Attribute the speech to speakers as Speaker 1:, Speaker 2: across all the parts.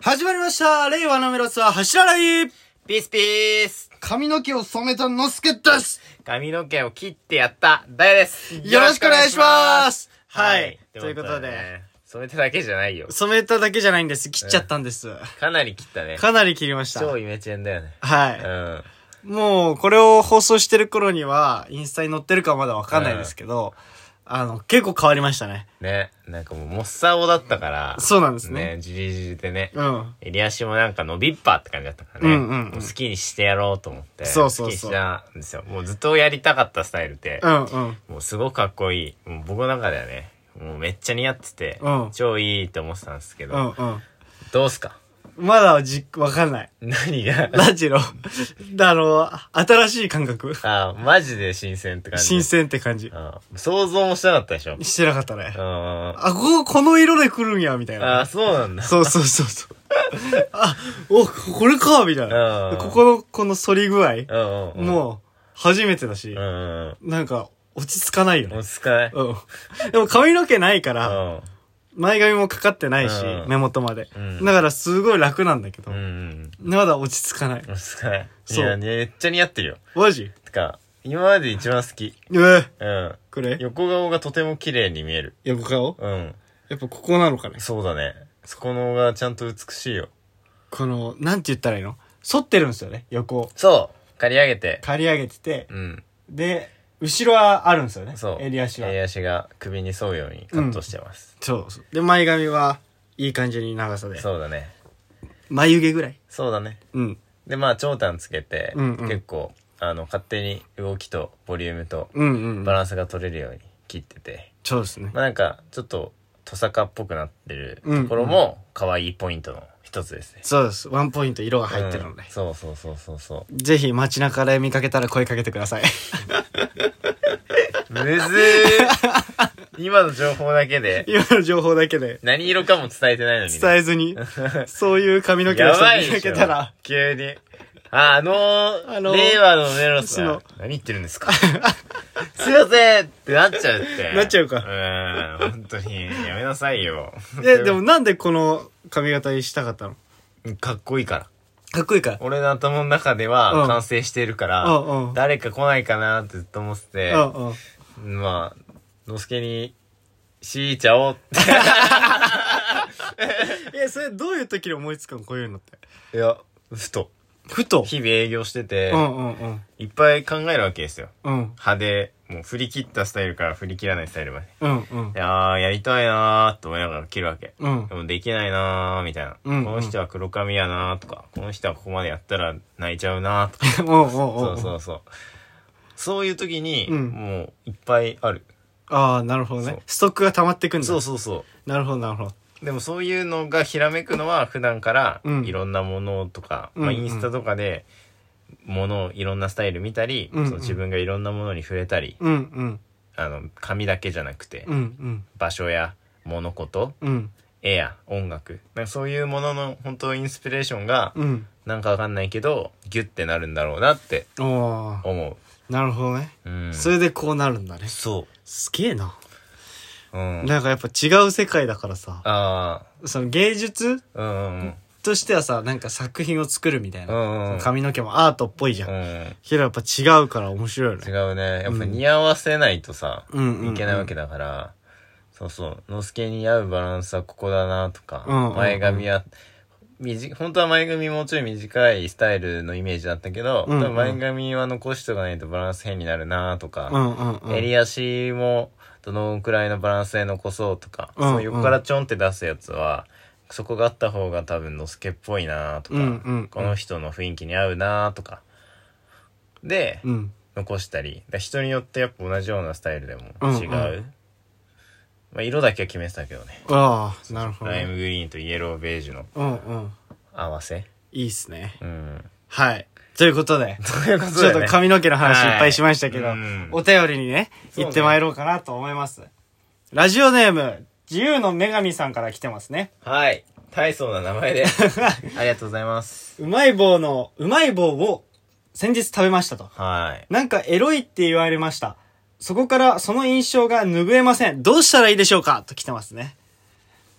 Speaker 1: 始まりました令和のメロスは走らない
Speaker 2: ピースピース
Speaker 1: 髪の毛を染めたのすけです
Speaker 2: 髪の毛を切ってやった、ダイヤです
Speaker 1: よろしくお願いしますすはい。ということ。
Speaker 2: は
Speaker 1: で、
Speaker 2: ね染めただけじゃないよ。
Speaker 1: 染めただけじゃないんです。切っちゃったんです。
Speaker 2: かなり切ったね。
Speaker 1: かなり切りました。
Speaker 2: 超イメチェンだよね。
Speaker 1: は
Speaker 2: うん。
Speaker 1: い。もう、これを放送してる頃には、インスタに載ってるかはまだわかんないですけど、あの、結構変わりましたね。
Speaker 2: ね。なんかもう、もっさおだったから。
Speaker 1: そうなんですね。
Speaker 2: ね。じりじりでね。
Speaker 1: うん。
Speaker 2: 襟足もなんか伸びっぱって感じだったからね。
Speaker 1: うんうんうん
Speaker 2: も好きにしてやろうと思って。
Speaker 1: そうそうそう
Speaker 2: 好きにしたんですよ。もうずっとやりたかったスタイルで。
Speaker 1: うんうん。
Speaker 2: もうすごくかっこいい。もう僕の中ではね、もうめっちゃ似合ってて、
Speaker 1: うん
Speaker 2: 超いいって思ってたんですけど、
Speaker 1: うんうん。
Speaker 2: どうすか
Speaker 1: まだじ、わかんない。
Speaker 2: 何が
Speaker 1: ラジロ。あの、新しい感覚。
Speaker 2: あ、マジで新鮮って感じ。
Speaker 1: 新鮮って感じ。
Speaker 2: うん。想像もしてなかったでしょ。
Speaker 1: してなかったね
Speaker 2: う。ん。
Speaker 1: あ、ここ、この色で来るんや、みたいな。
Speaker 2: あ、そうなんだ。
Speaker 1: そうそうそうそう。あ、お、これか、みたいな。
Speaker 2: うん
Speaker 1: ここの、この反り具合、
Speaker 2: うんうん。
Speaker 1: もう、初めてだし
Speaker 2: う、ん。うん。
Speaker 1: なんか、落ち着かないよね。
Speaker 2: 落ち着かない。
Speaker 1: うん。でも髪の毛ないから、
Speaker 2: う
Speaker 1: 前髪もかかってないし
Speaker 2: う、ん
Speaker 1: 目元まで。
Speaker 2: うん
Speaker 1: だから、すごい楽なんだけど
Speaker 2: ん。う、ん。
Speaker 1: まだ落ち着かない。
Speaker 2: 落ち着かない。い
Speaker 1: そう
Speaker 2: や、めっちゃ似合ってるよ。
Speaker 1: マジ
Speaker 2: てか、今まで一番好き。
Speaker 1: えー、
Speaker 2: うん。
Speaker 1: これ
Speaker 2: 横顔がとても綺麗に見える。
Speaker 1: 横顔
Speaker 2: うん。
Speaker 1: やっぱここなのかね
Speaker 2: そうだね。そこのがちゃんと美しいよ。
Speaker 1: この、なんて言ったらいいの反ってるんですよね、横を。
Speaker 2: そう。刈り上げて。
Speaker 1: 刈り上げてて、
Speaker 2: うん。
Speaker 1: で、後ろはあるんですよね。
Speaker 2: そう。
Speaker 1: 襟足は。
Speaker 2: 襟足が首に沿うようにカットしてます。
Speaker 1: そうそう。で、前髪は、いい感じに長さで。
Speaker 2: そうだね。
Speaker 1: 眉毛ぐらい。
Speaker 2: そうだね。
Speaker 1: うん。
Speaker 2: で、まあ、長短つけて、
Speaker 1: うんうん
Speaker 2: 結構、あの、勝手に動きとボリュームと
Speaker 1: うんうん。
Speaker 2: バランスが取れるように切ってて、
Speaker 1: そうですね。
Speaker 2: まあ、なんか、ちょっと、トサカっぽくなってる
Speaker 1: うんうん
Speaker 2: ところも、可愛いポイントの一つですね。
Speaker 1: そうです。ワンポイント色が入ってるので
Speaker 2: うん。そうそうそうそ うそう。
Speaker 1: ぜひ街中で見かけたら声かけてください。
Speaker 2: むずー今の情報だけで、
Speaker 1: 今の情報だけで
Speaker 2: 何色かも伝えてないのにね、
Speaker 1: 伝えず に、そういう髪の毛の
Speaker 2: や
Speaker 1: 人
Speaker 2: ばい
Speaker 1: 見
Speaker 2: で
Speaker 1: か
Speaker 2: し
Speaker 1: け
Speaker 2: ょ
Speaker 1: たら、
Speaker 2: 急に。あ、あのー、
Speaker 1: あのー
Speaker 2: 令和のメロス
Speaker 1: そ
Speaker 2: は
Speaker 1: の、
Speaker 2: 何言ってるんですか すいませんってなっちゃうって。
Speaker 1: なっちゃうか
Speaker 2: うーん、本当に。やめなさいよ。
Speaker 1: え、でもなんでこの髪型にしたかったの
Speaker 2: かっこいいから。
Speaker 1: かっこいいから。
Speaker 2: 俺の頭の中で
Speaker 1: う
Speaker 2: は
Speaker 1: ん
Speaker 2: 完成してるか
Speaker 1: うんう
Speaker 2: ら
Speaker 1: ん、
Speaker 2: 誰か来ないかなってずっと思ってて、
Speaker 1: うんうん。
Speaker 2: まあ、のすけに、しーちゃおう っ
Speaker 1: え、それどういう時に思いつくのこういうのって。
Speaker 2: て。いや、ふと。
Speaker 1: ふと。
Speaker 2: 日々営業してて
Speaker 1: う、んうんうん。
Speaker 2: いっぱい考えるわけですよ。
Speaker 1: うん。
Speaker 2: 派手、もう振り切ったスタイルから振り切らないスタイルまで。
Speaker 1: うんうん
Speaker 2: い。やー、やりたいなーと思いながら切るわけ。
Speaker 1: うん
Speaker 2: で。もできないなーみたいな。
Speaker 1: うんうん
Speaker 2: この人は黒髪やなーとか、この人はここまでやったら泣いちゃうなーとか。
Speaker 1: おうおうお
Speaker 2: そううそうそう。そういう時に、
Speaker 1: うん
Speaker 2: もういっぱいある。
Speaker 1: ああ、なるほど
Speaker 2: そ
Speaker 1: ね
Speaker 2: う。
Speaker 1: ストックが溜まってくんだ。
Speaker 2: そうそうそ
Speaker 1: なるほど、なるほど。
Speaker 2: う。でもそういうのがひらめくのは普段から
Speaker 1: うん
Speaker 2: いろんなものとか、
Speaker 1: うん
Speaker 2: まあ、
Speaker 1: うん
Speaker 2: インスタとかでものをいろんなスタイル見たり、
Speaker 1: うんうん
Speaker 2: その自分がいろんなものに触れたり、
Speaker 1: うんうん。
Speaker 2: あの髪だけじゃなくて、
Speaker 1: うん
Speaker 2: 場所や物事
Speaker 1: うん。うん。
Speaker 2: 絵や音楽なんかそういうものの本当インスピレーションが
Speaker 1: うん。
Speaker 2: なんかわかんないけどギュッてなるんだろうなって
Speaker 1: おお
Speaker 2: 思
Speaker 1: なるほどね。
Speaker 2: う、うん、
Speaker 1: それでこうなるんだね。
Speaker 2: そ
Speaker 1: すげえな。
Speaker 2: う、うん、
Speaker 1: なんかやっぱ違う世界だからさ、
Speaker 2: あ
Speaker 1: その芸術
Speaker 2: あうんうん
Speaker 1: としてはさ、なんか作品を作るみたい
Speaker 2: うんうんう
Speaker 1: な。
Speaker 2: ん
Speaker 1: 髪の毛もアートっぽいじゃ。
Speaker 2: うんん
Speaker 1: けどやっぱ違うから面白いよ
Speaker 2: 違
Speaker 1: ね。
Speaker 2: うねやっぱ似合わせないとさ、
Speaker 1: うんうん
Speaker 2: いけないわけだから、そうそうのすけに合うバランスはここだなとか、
Speaker 1: うんうんうん
Speaker 2: 前髪はみじ本当は前髪もうちょい短いスタイルのイメージだったけど、
Speaker 1: うんうん
Speaker 2: 多分前髪は残しとかないとバランス変になるなとか、
Speaker 1: うんうんうん。
Speaker 2: 襟足もどのくらいのバランスで残そうとか、
Speaker 1: うん
Speaker 2: その横からちょんって出すやつはそこがあった方が多分のすけっぽいなとか、
Speaker 1: うんうんうん
Speaker 2: この人の雰囲気に合うなとかで、
Speaker 1: うん。
Speaker 2: 残したりだから人によってやっぱ同じようなスタイルでも
Speaker 1: うんうん
Speaker 2: 違う、まあ、色だけは決めてたけどね
Speaker 1: ああ、なるほど
Speaker 2: ライム
Speaker 1: ね。
Speaker 2: グリーンとイエローベージュの
Speaker 1: うんうん。
Speaker 2: 合わせ
Speaker 1: いいっすね。
Speaker 2: うん
Speaker 1: はい。ということで。
Speaker 2: ということ
Speaker 1: ちょっ
Speaker 2: で、
Speaker 1: と
Speaker 2: ね、
Speaker 1: 髪の毛の話いっぱいしましたけど、
Speaker 2: はいうん
Speaker 1: お便りにね、
Speaker 2: そうね
Speaker 1: 行ってまいろうかなと思います。ラジオネーム、自由の女神さんから来てますね。
Speaker 2: はい大層な名 前でありがとうございます
Speaker 1: うまい棒の、うまい棒を先日食べましたと。
Speaker 2: はい
Speaker 1: なんかエロいって言われました。そこからその印象が拭えません。どうしたらいいでしょうかと来てますね。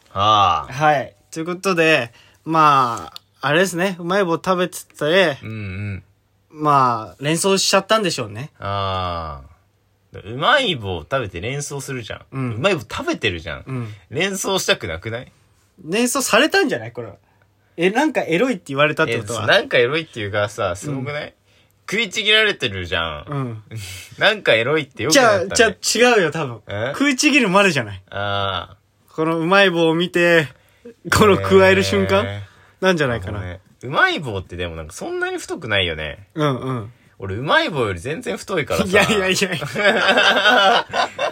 Speaker 2: はあ
Speaker 1: はい。ということで、まあ、あれですね。うまい棒食べてて、
Speaker 2: うんうん。
Speaker 1: まあ、連想しちゃったんでしょうね。
Speaker 2: ああ。うまい棒食べて連想するじゃん。うんまい棒食べてるじゃん。
Speaker 1: うん
Speaker 2: 連想したくなくない
Speaker 1: 連想されたんじゃないこれは。え、なんかエロいって言われたって
Speaker 2: え
Speaker 1: こと
Speaker 2: な
Speaker 1: は。
Speaker 2: んかエロいっていうかさ、すごくない、食いちぎられてるじゃん。
Speaker 1: うん。
Speaker 2: なんかエロいってよく
Speaker 1: じ
Speaker 2: な
Speaker 1: ゃ
Speaker 2: った、
Speaker 1: あ、
Speaker 2: ね。
Speaker 1: じゃあ違うよ、多分
Speaker 2: え。
Speaker 1: 食いちぎるまでじゃない。
Speaker 2: あ
Speaker 1: このうまい棒を見て、この加える瞬間、
Speaker 2: え
Speaker 1: なんじゃな
Speaker 2: あ。
Speaker 1: いかな。
Speaker 2: ねうまい棒ってでもなんかそんなに太くないよね。
Speaker 1: うんうん。
Speaker 2: 俺うまい棒より全然太いからさ。
Speaker 1: いやいやいや
Speaker 2: い
Speaker 1: いや。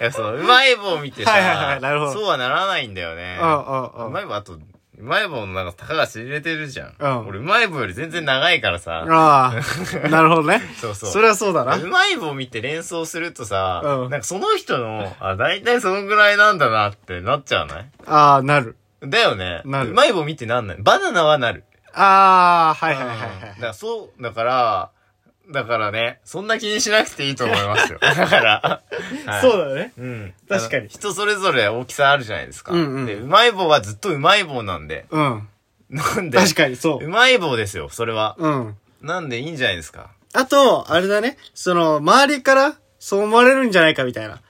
Speaker 2: やそのうまい棒を見てさ、
Speaker 1: はいはいはいなるほど
Speaker 2: そうはならないんだよね。
Speaker 1: うんうんうん
Speaker 2: うまい棒あと、うまい棒のなんかたかが知れてるじゃん。
Speaker 1: うん
Speaker 2: 俺うまい棒より全然長いからさ。
Speaker 1: あ あ、なるほどね。
Speaker 2: そうそう
Speaker 1: それはそうだな。
Speaker 2: うまい棒見て連想するとさ、
Speaker 1: うん
Speaker 2: なんかその人の、あ、大体そのぐらいなんだなってなっちゃうない
Speaker 1: ああ、なる。
Speaker 2: だよね。
Speaker 1: なる
Speaker 2: うまい棒見てなんないバナナはなる。
Speaker 1: ああ、はいはいはい
Speaker 2: うんだか
Speaker 1: はい。
Speaker 2: らそう、だから、だからね、そんな気にしなくていいと思いますよ。 だから。はい
Speaker 1: そうだね。
Speaker 2: うん。
Speaker 1: 確かに
Speaker 2: あの人それぞれ大きさあるじゃないですか。
Speaker 1: うんうん
Speaker 2: で、うまい棒はずっとうまい棒なんで。
Speaker 1: うん。
Speaker 2: なんで。
Speaker 1: 確かにそうう。
Speaker 2: まい棒ですよ、それは。
Speaker 1: うん。
Speaker 2: なんでいいんじゃないですか。
Speaker 1: あと、あれだね。その、周りからそう思われるんじゃないかみたいな。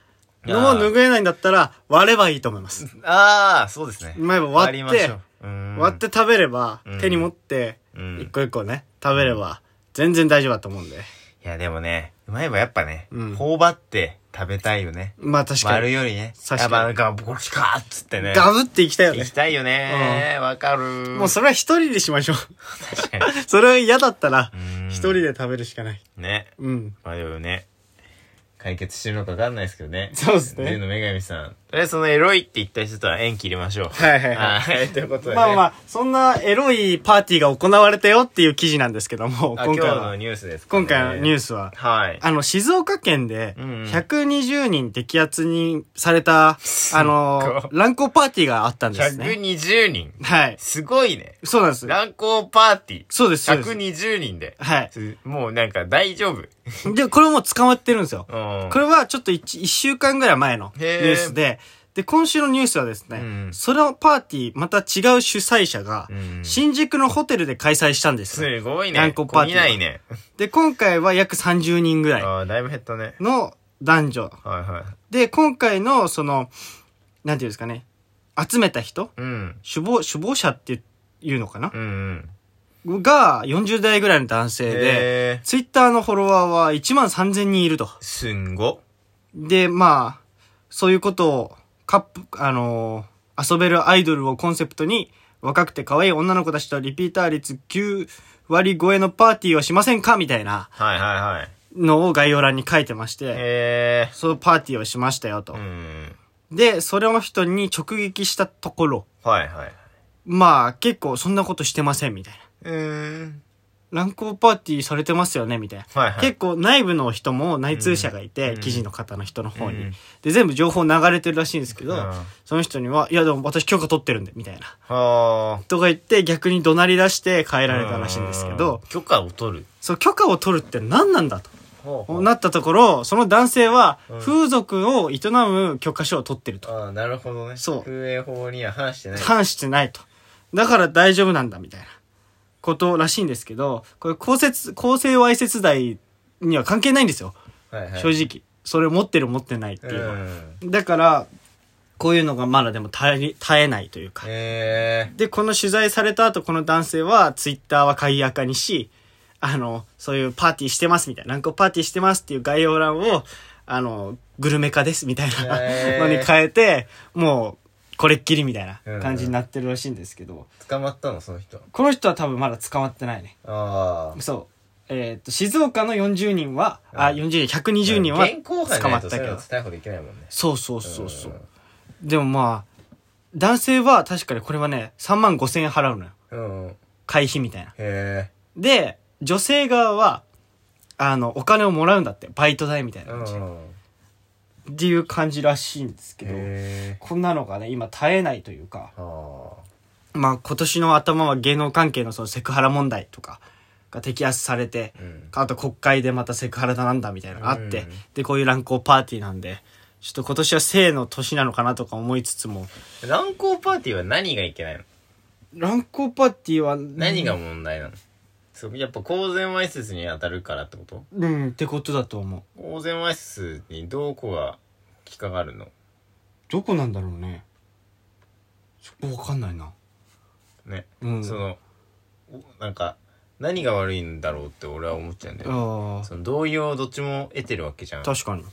Speaker 1: のも拭えないんだったら、割ればいいと思います。
Speaker 2: あー、そうですね。
Speaker 1: うまい棒割って
Speaker 2: 割りましょう。うん
Speaker 1: 割って食べれば
Speaker 2: うん、
Speaker 1: 手に持って、
Speaker 2: うん
Speaker 1: 一個一個ね、食べれば、全然大丈夫だと思うんで。
Speaker 2: いや、でもね、うまい棒やっぱね、
Speaker 1: うん
Speaker 2: 頬張って食べたいよね。
Speaker 1: まあ確か
Speaker 2: 割る
Speaker 1: に。
Speaker 2: よりね。
Speaker 1: 確かに
Speaker 2: やっぱなんか、ボシカーっつってね。
Speaker 1: ガブっていきたいよ
Speaker 2: 行
Speaker 1: ね
Speaker 2: き。たいよね。わ、かる。
Speaker 1: もうそれは一人でしましょう。
Speaker 2: 確かに。
Speaker 1: それは嫌だったら
Speaker 2: うん、
Speaker 1: 一人で食べるしかない。
Speaker 2: ね。
Speaker 1: うん。
Speaker 2: まあでもね、解決してるのかわかんないですけどね。
Speaker 1: そうですね
Speaker 2: 例の女神さん。とりあえずそのエロいって言った人とは縁切りましょう。
Speaker 1: はいはいはい
Speaker 2: はい。ということで、ね。
Speaker 1: まあまあ、そんなエロいパーティーが行われたよっていう記事なんですけども、
Speaker 2: あ
Speaker 1: 今回
Speaker 2: 今日の
Speaker 1: は、
Speaker 2: ニュースですか、
Speaker 1: 今回のニュー
Speaker 2: ス。
Speaker 1: スは、
Speaker 2: はい。
Speaker 1: あの、静岡県で、
Speaker 2: うんうん
Speaker 1: 120人摘発にされた、あの、乱交パーティーがあったんですね。
Speaker 2: 120人。
Speaker 1: はい。
Speaker 2: すごいね。
Speaker 1: そうなんです。
Speaker 2: 乱交パーティー。
Speaker 1: そうです、そうです。
Speaker 2: 120人で。
Speaker 1: はい。
Speaker 2: もうなんか大丈夫。うん。
Speaker 1: で、これも捕まってるんですよ。こ
Speaker 2: こ
Speaker 1: れはちょっと 1, 週間ぐらい前のニ
Speaker 2: へ
Speaker 1: ュ
Speaker 2: ー
Speaker 1: ースで、で、今週のニュースはですね、
Speaker 2: うん
Speaker 1: そのパーティー、また違う主催者が、
Speaker 2: うん
Speaker 1: 新宿のホテルで開催したんですよ。
Speaker 2: すごいね。
Speaker 1: 乱交パーティー
Speaker 2: 見ないね。
Speaker 1: で、今回は約30人ぐら
Speaker 2: ああ、だいぶ減ったね。
Speaker 1: いの男女。
Speaker 2: はいはい。
Speaker 1: で、今回の、その、なんていうんですかね、集めた人
Speaker 2: うん。
Speaker 1: 首謀、首謀者っていうのかな
Speaker 2: うんうん。
Speaker 1: が40代ぐらいの男性で、
Speaker 2: え
Speaker 1: ツイッターのフォロワーは1万3000人いると。
Speaker 2: ー、すんご。
Speaker 1: で、まあ、そういうことを、カップ、あのー遊べるアイドルをコンセプトに、若くて可愛い女の子たちとリピーター率9割超えのパーティーをしませんかみたいな
Speaker 2: はいはいはい。
Speaker 1: のを概要欄に書いてまして、
Speaker 2: え
Speaker 1: そういうパーティーをしましたよと。
Speaker 2: ー、うん。
Speaker 1: で、それを人に直撃したところ、
Speaker 2: はいはい。
Speaker 1: まあ結構そんなことしてませんみたいな。
Speaker 2: うーん。
Speaker 1: 乱交パーティーされてますよねみたいな。
Speaker 2: はいはい。
Speaker 1: 結構内部の人も内通者がいて、
Speaker 2: うん
Speaker 1: 記事の方の人の方に、
Speaker 2: うん
Speaker 1: で全部情報流れてるらしいんですけど、
Speaker 2: うん
Speaker 1: その人には「いやでも私許可取ってるんで」みたいな
Speaker 2: はあ。
Speaker 1: とか言って逆に怒鳴り出して帰られたらしいんですけど
Speaker 2: うん。許可を取る。
Speaker 1: そう許可を取るって何なんだ
Speaker 2: ほ
Speaker 1: となったところその男性は
Speaker 2: うん
Speaker 1: 風俗を営む許可書を取ってると
Speaker 2: ああ、なるほどね。
Speaker 1: そう
Speaker 2: 風営法には反してない。
Speaker 1: 反してないとだから大丈夫なんだみたいなことらしいんですけどこれ公設公正わいせつ罪には関係ないんですよ
Speaker 2: はいはい。
Speaker 1: 正直それ持ってる持ってないっていうのは。
Speaker 2: うん。
Speaker 1: だから、こういうのがまだでも耐えり、耐えないというか。
Speaker 2: え
Speaker 1: で、この取材された後、この男性は、ツイッターは鍵垢にし、あの、そういうパーティーしてますみたいな、ランコパーティーしてますっていう概要欄を、あの、グルメ化ですみたいな
Speaker 2: へー
Speaker 1: のに変えて、もう、これっきりみたいな感じになってるらしいんですけど、
Speaker 2: ー、捕まったの、その人。
Speaker 1: この人は多分まだ捕まってないね。
Speaker 2: ああ。
Speaker 1: そう。えーっと、静岡の40人は、あ、
Speaker 2: うん
Speaker 1: 40人、120人は
Speaker 2: 現行犯
Speaker 1: 捕
Speaker 2: に
Speaker 1: まっ
Speaker 2: ない
Speaker 1: た
Speaker 2: と
Speaker 1: け
Speaker 2: そういう
Speaker 1: ど
Speaker 2: の。逮捕できないもんね。
Speaker 1: そうそうそうそう。
Speaker 2: ん
Speaker 1: でもまあ、男性は確かにこれはね、3万5千円払うのよ。
Speaker 2: うん。へ
Speaker 1: 会費みたいな。
Speaker 2: え。
Speaker 1: で、女性側は、あの、お金をもらうんだって、バイト代みたいな
Speaker 2: う
Speaker 1: 感
Speaker 2: ん
Speaker 1: じ。
Speaker 2: うん。
Speaker 1: っていう感じらしいんですけど、
Speaker 2: へえ。
Speaker 1: こんなのがね、今絶えないというか、
Speaker 2: は
Speaker 1: まあ今年の頭は芸能関係のそのセクハラ問題とかが摘発されて、
Speaker 2: あ。うん。
Speaker 1: あと国会でまたセクハラだなんだみたいなのがあって、
Speaker 2: うん
Speaker 1: で、こういう乱交パーティーなんで、ちょっと今年は性の年なのかなとか思いつつも、
Speaker 2: 乱交パーティーは何がいけないの
Speaker 1: 乱交パーティーは
Speaker 2: 何が問題なのそうやっぱ公然わいせつに当たるからってこと
Speaker 1: うんってことだと思う
Speaker 2: 公然わいせつにどこが引っかかるの
Speaker 1: どこなんだろうねそこわかんないな
Speaker 2: ね、
Speaker 1: うん
Speaker 2: そのおなんか何が悪いんだろうって俺は思っちゃうんだよ
Speaker 1: あ
Speaker 2: その同意をどっちも得てるわけじゃん
Speaker 1: あ確かに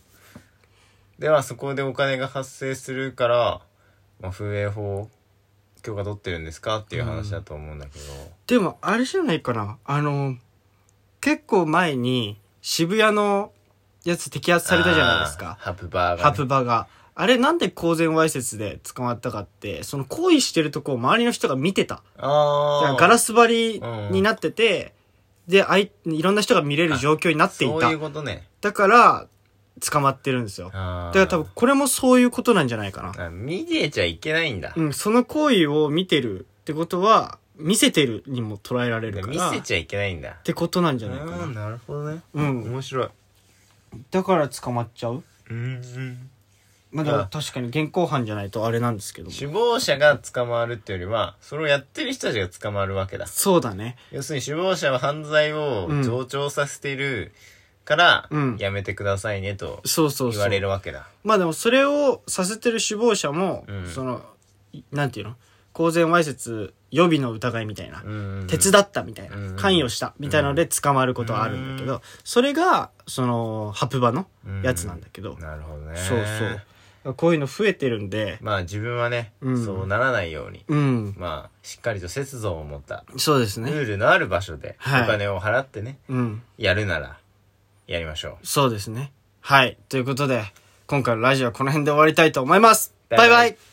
Speaker 2: ではそこでお金が発生するから、まあ、風営法許可取ってるんですかっていう話だと思うんだけど、
Speaker 1: でもあれじゃないかなあの結構前に渋谷のやつ摘発されたじゃないですか
Speaker 2: あーハプバーが、
Speaker 1: ハプバがあれなんで公然わいせつで捕まったかってその行為してるとこを周りの人が見てただから
Speaker 2: ああ
Speaker 1: ガラス張りになってて、であいいろんな人が見れる状況になってい
Speaker 2: そう
Speaker 1: た
Speaker 2: いうことね
Speaker 1: だから捕まってるんですよ
Speaker 2: あ
Speaker 1: だから
Speaker 2: あ
Speaker 1: 多分これもそういうことなんじゃないかな
Speaker 2: あ見てちゃいけないんだ、
Speaker 1: うん、その行為を見てるってことは、見せてるにも捉えられる
Speaker 2: で
Speaker 1: か
Speaker 2: 見
Speaker 1: ら、
Speaker 2: せ
Speaker 1: っ
Speaker 2: ちゃいけないんだ
Speaker 1: てことなんじゃないか
Speaker 2: あ
Speaker 1: な。
Speaker 2: なるほどね
Speaker 1: うん。
Speaker 2: 面白い
Speaker 1: だから捕まっちゃう
Speaker 2: うん
Speaker 1: まあ
Speaker 2: あ
Speaker 1: だ確かに現行犯じゃないとあれなんですけども。
Speaker 2: 首謀者が捕まるっていうよりはそれをやってる人たちが捕まるわけだ
Speaker 1: そうだね。
Speaker 2: 要するに首謀者は犯罪を
Speaker 1: うん
Speaker 2: 増長させているから、
Speaker 1: うん
Speaker 2: やめてくださいねと
Speaker 1: そうそう
Speaker 2: 言
Speaker 1: そ
Speaker 2: われ
Speaker 1: う。
Speaker 2: るわけだ
Speaker 1: まあでもそれをさせてる首謀者も、
Speaker 2: うん
Speaker 1: その、いなんていうの公然わいせつ予備の疑いみたいな。
Speaker 2: うん
Speaker 1: 手伝ったみたいな、
Speaker 2: うん
Speaker 1: 関与したみたいなので捕まることはあるんだけど、
Speaker 2: う
Speaker 1: それがそのハプバのやつなんだけど、
Speaker 2: なるほどね
Speaker 1: そうそうこういうの増えてるんで
Speaker 2: まあ自分はね、
Speaker 1: うん
Speaker 2: そうならないように
Speaker 1: うん
Speaker 2: まあしっかりと節度を持った
Speaker 1: そうです
Speaker 2: ル
Speaker 1: ね
Speaker 2: ールのある場所でお
Speaker 1: はい
Speaker 2: 金を払ってね、
Speaker 1: うん
Speaker 2: やるならやりましょう
Speaker 1: そうですねはいということで今回のラジオはこの辺で終わりたいと思いますバイバイ
Speaker 2: バイバイ